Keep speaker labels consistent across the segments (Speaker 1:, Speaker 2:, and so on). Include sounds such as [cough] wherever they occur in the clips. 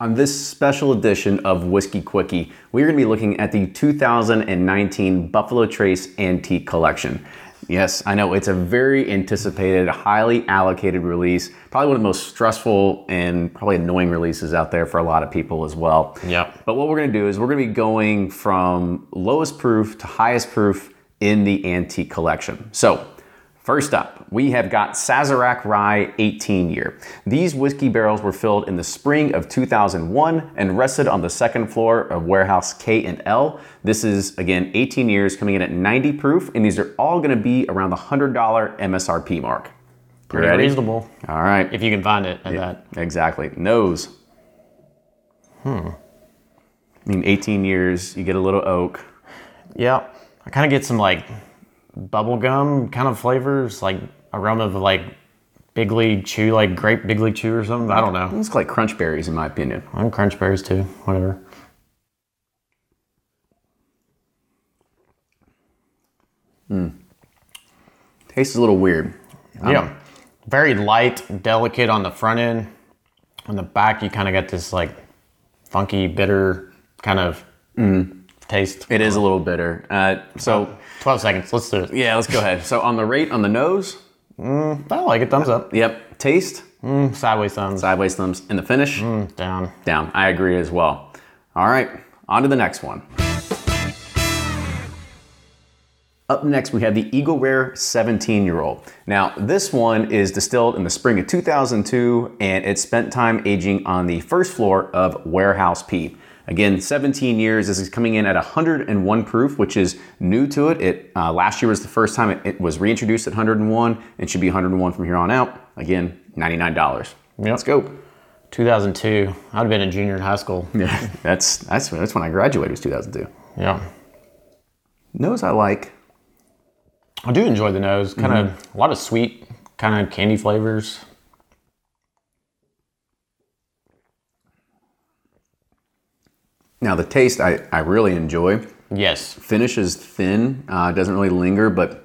Speaker 1: On this special edition of Whiskey Quickie, we're going to be looking at the 2019 Buffalo Trace Antique Collection. Yes, I know it's a very anticipated, highly allocated release. Probably one of the most stressful and probably annoying releases out there for a lot of people as well.
Speaker 2: Yep.
Speaker 1: But what we're going to do is we're going to be going from lowest proof to highest proof in the antique collection. So, First up, we have got Sazerac Rye 18 year. These whiskey barrels were filled in the spring of 2001 and rested on the second floor of warehouse K and L. This is again 18 years coming in at 90 proof and these are all going to be around the $100 MSRP mark. You
Speaker 2: Pretty
Speaker 1: ready?
Speaker 2: reasonable
Speaker 1: All right.
Speaker 2: if you can find it at that.
Speaker 1: Exactly. Nose. Hmm.
Speaker 2: Hmm.
Speaker 1: I mean 18 years, you get a little oak.
Speaker 2: Yep. I kind of get some like bubblegum kind of flavors, like aroma of like big league chew, like grape big league chew or something. I don't know.
Speaker 1: It's like crunch berries in my opinion.
Speaker 2: I'm crunch berries too, whatever.
Speaker 1: Tastes a little weird.
Speaker 2: Yeah. Very light, delicate on the front end. On the back, you kind of got this like funky, bitter kind of Mm. taste.
Speaker 1: It is a little bitter. Uh, so
Speaker 2: 12 seconds. Let's do it.
Speaker 1: Yeah, let's go ahead. So on the rate on the nose,
Speaker 2: I like it. Thumbs up.
Speaker 1: yep. Taste,
Speaker 2: Sideways thumbs.
Speaker 1: sideways thumbs, and the finish,
Speaker 2: Down.
Speaker 1: down. I agree as well. All right, on to the next one. Up next, we have the Eagle Rare 17 year old. Now, this one is distilled in the spring of 2002 and it spent time aging on the first floor of Warehouse P. Again, 17 years. This is coming in at 101 proof, which is new to it. It uh, last year was the first time it, it was reintroduced at 101. It should be 101 from here on out. Again, $99. Let's go.
Speaker 2: 2002. I'd have been a junior in high school.
Speaker 1: Yeah, [laughs] that's that's that's when I graduated was 2002.
Speaker 2: Yeah.
Speaker 1: Nose I like.
Speaker 2: I do enjoy the nose. Kind of
Speaker 1: Mm-hmm.
Speaker 2: a lot of sweet, kind of candy flavors.
Speaker 1: Now the taste I, I really enjoy.
Speaker 2: Yes.
Speaker 1: Finish is thin, uh, doesn't really linger, but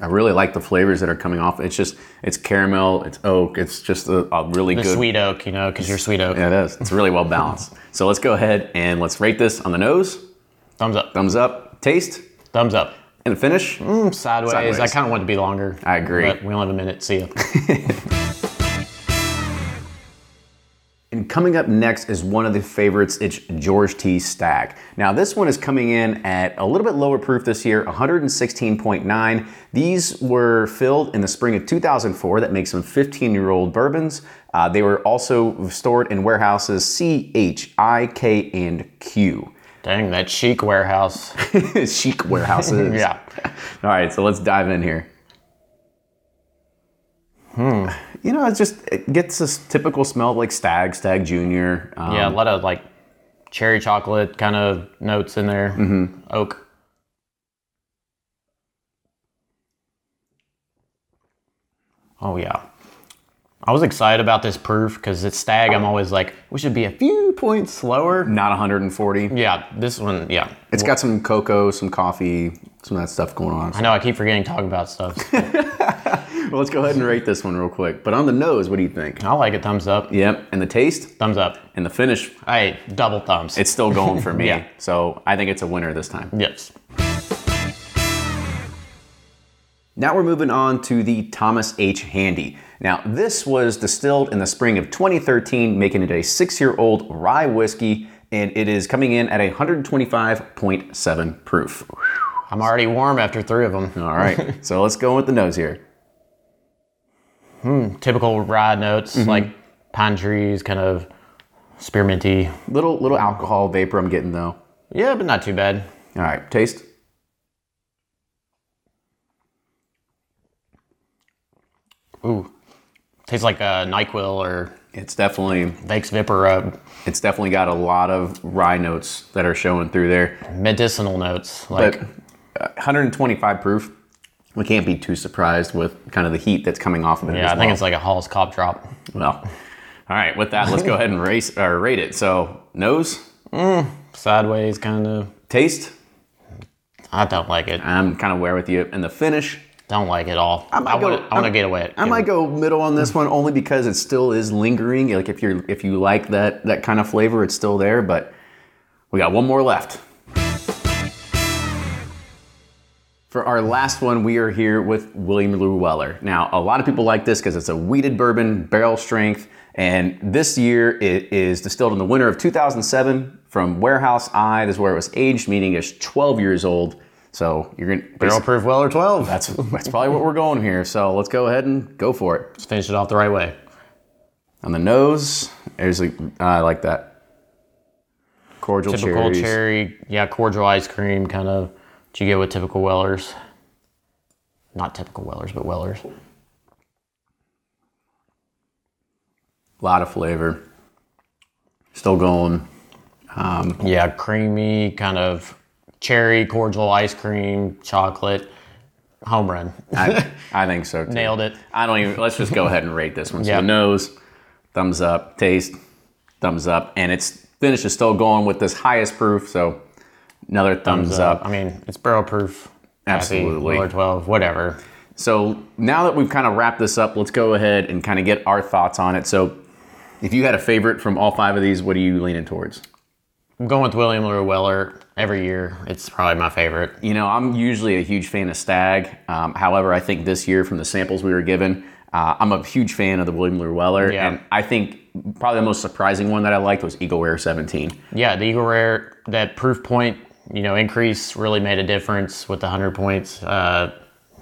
Speaker 1: I really like the flavors that are coming off. It's just it's caramel, it's oak, it's just a, a really
Speaker 2: The
Speaker 1: good.
Speaker 2: sweet oak, you know, because you're sweet oak.
Speaker 1: Yeah, it is. It's really well balanced. so let's go ahead and let's rate this on the nose.
Speaker 2: Thumbs up.
Speaker 1: Thumbs up. Taste
Speaker 2: Thumbs up.
Speaker 1: and the finish.
Speaker 2: Sideways.
Speaker 1: Sideways.
Speaker 2: I kind of want it to be longer.
Speaker 1: I agree.
Speaker 2: But we only have a
Speaker 1: [laughs]
Speaker 2: minute. See ya.
Speaker 1: And coming up next is one of the favorites. It's George T. Stagg. Now, this one is coming in at a little bit lower proof this year, 116.9. These were filled in the spring of 2004. That makes them 15 year old bourbons. Uh, they were also stored in warehouses C, H, I, K, and Q. [laughs]
Speaker 2: Dang, that chic warehouse.
Speaker 1: Chic warehouses.
Speaker 2: [laughs] Yeah.
Speaker 1: [laughs] All right, so let's dive in here. Hmm. You know, it's just, it gets this typical smell of like Stag, Stag Jr. Um,
Speaker 2: yeah, a lot of like cherry chocolate kind of notes in there. Mm-hmm. Oak. Oh yeah. I was excited about this proof because it's stag.
Speaker 1: Oh.
Speaker 2: I'm always like, we should be a few points slower.
Speaker 1: Not 140.
Speaker 2: Yeah, this one, yeah.
Speaker 1: It's got some cocoa, some coffee, some of that stuff going on.
Speaker 2: I know I keep forgetting to talk about
Speaker 1: [laughs]
Speaker 2: stuff.
Speaker 1: Well, let's go ahead and rate this one real quick. But on the nose, what do you think?
Speaker 2: I like it. Thumbs up.
Speaker 1: Yep, and the taste
Speaker 2: Thumbs up.
Speaker 1: and the finish,
Speaker 2: Hey, double thumbs.
Speaker 1: it's still going [laughs] for me.
Speaker 2: Yeah.
Speaker 1: So I think it's a winner this time.
Speaker 2: yes.
Speaker 1: Now we're moving on to the Thomas H. Handy. Now, this was distilled in the spring of 2013, making it a six year old rye whiskey, and it is coming in at 125.7 proof.
Speaker 2: I'm already warm after three of them.
Speaker 1: All [laughs] right. so let's go with the nose here.
Speaker 2: Typical rye notes
Speaker 1: Mm-hmm.
Speaker 2: like pine trees, kind of spearminty.
Speaker 1: Little little alcohol vapor I'm getting though.
Speaker 2: Yeah, but not too bad.
Speaker 1: All right. Taste.
Speaker 2: Ooh, tastes like a Nyquil or
Speaker 1: It's definitely
Speaker 2: Vicks Vapor Rub.
Speaker 1: it's definitely got a lot of rye notes that are showing through there.
Speaker 2: Medicinal notes, like
Speaker 1: But uh, 125 proof. We can't be too surprised with kind of the heat that's coming off of it.
Speaker 2: yeah,
Speaker 1: as
Speaker 2: I think
Speaker 1: well.
Speaker 2: it's like a Hall's Cop drop.
Speaker 1: Well, all right. With that,
Speaker 2: [laughs]
Speaker 1: let's go ahead and race or rate it. So nose,
Speaker 2: Sideways, kind of.
Speaker 1: taste.
Speaker 2: I don't like it.
Speaker 1: I'm kind of where with you, and the finish.
Speaker 2: Don't like it at all. I,
Speaker 1: might go-
Speaker 2: want to. I want to
Speaker 1: I'm-
Speaker 2: get away.
Speaker 1: I might go middle on this one only because it still is lingering. Like if you're if you like that that kind of flavor, it's still there. But we got one more left. For our last one, we are here with William Lleweller. Now, a lot of people like this because it's a weeded bourbon, barrel strength, and this year it is distilled in the winter of 2007 from Warehouse I. This is where it was aged, meaning it's 12 years old. So you're gonna
Speaker 2: Barrel proof Weller 12.
Speaker 1: that's that's probably what we're going here. So let's go ahead and go for it.
Speaker 2: Let's finish it off the right way.
Speaker 1: On the nose, there's a ah, I like that cordial
Speaker 2: Typical
Speaker 1: cherries.
Speaker 2: cherry, yeah, cordial ice cream kind of. What you get with typical Wellers. Not typical Wellers, but Wellers.
Speaker 1: A lot of flavor. Still going.
Speaker 2: Yeah, creamy kind of cherry cordial ice cream, chocolate. Home run. [laughs]
Speaker 1: I, I think so. Too.
Speaker 2: Nailed it.
Speaker 1: I don't even. Let's just go ahead and rate this one. So
Speaker 2: Yeah.
Speaker 1: the nose, thumbs up. Taste, thumbs up. And its finish is still going with this highest proof. So another thumbs,
Speaker 2: So,
Speaker 1: up.
Speaker 2: I mean, it's barrel proof. happy,
Speaker 1: Absolutely.
Speaker 2: Weller 12, whatever.
Speaker 1: So now that we've kind of wrapped this up, let's go ahead and kind of get our thoughts on it. So if you had a favorite from all five of these, what are you leaning towards?
Speaker 2: I'm going with William Lou Weller every year. It's probably my favorite.
Speaker 1: You know, I'm usually a huge fan of Stag. Um, however, I think this year, from the samples we were given, uh, I'm a huge fan of the William Lleweller.
Speaker 2: Yeah.
Speaker 1: And I think probably the most surprising one that I liked was Eagle Rare 17.
Speaker 2: Yeah, the Eagle Rare, that proof point, you know, increase really made a difference with the 100 points. Uh,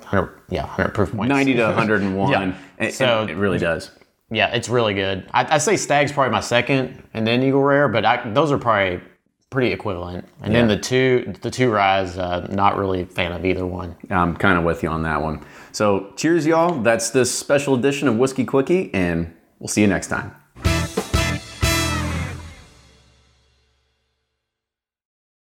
Speaker 2: 100, yeah, 100 proof points.
Speaker 1: 90 to [laughs] 101.
Speaker 2: Yeah.
Speaker 1: It-
Speaker 2: So-
Speaker 1: it, it really does.
Speaker 2: Yeah, it's really good. I, I'd say Stag's probably my second, and then Eagle Rare, but I, those are probably pretty equivalent. And then the two, the two Rise, uh, not really a fan of either one.
Speaker 1: I'm kind of with you on that one. So cheers, y'all. That's this special edition of Whiskey Quickie, and we'll see you next time.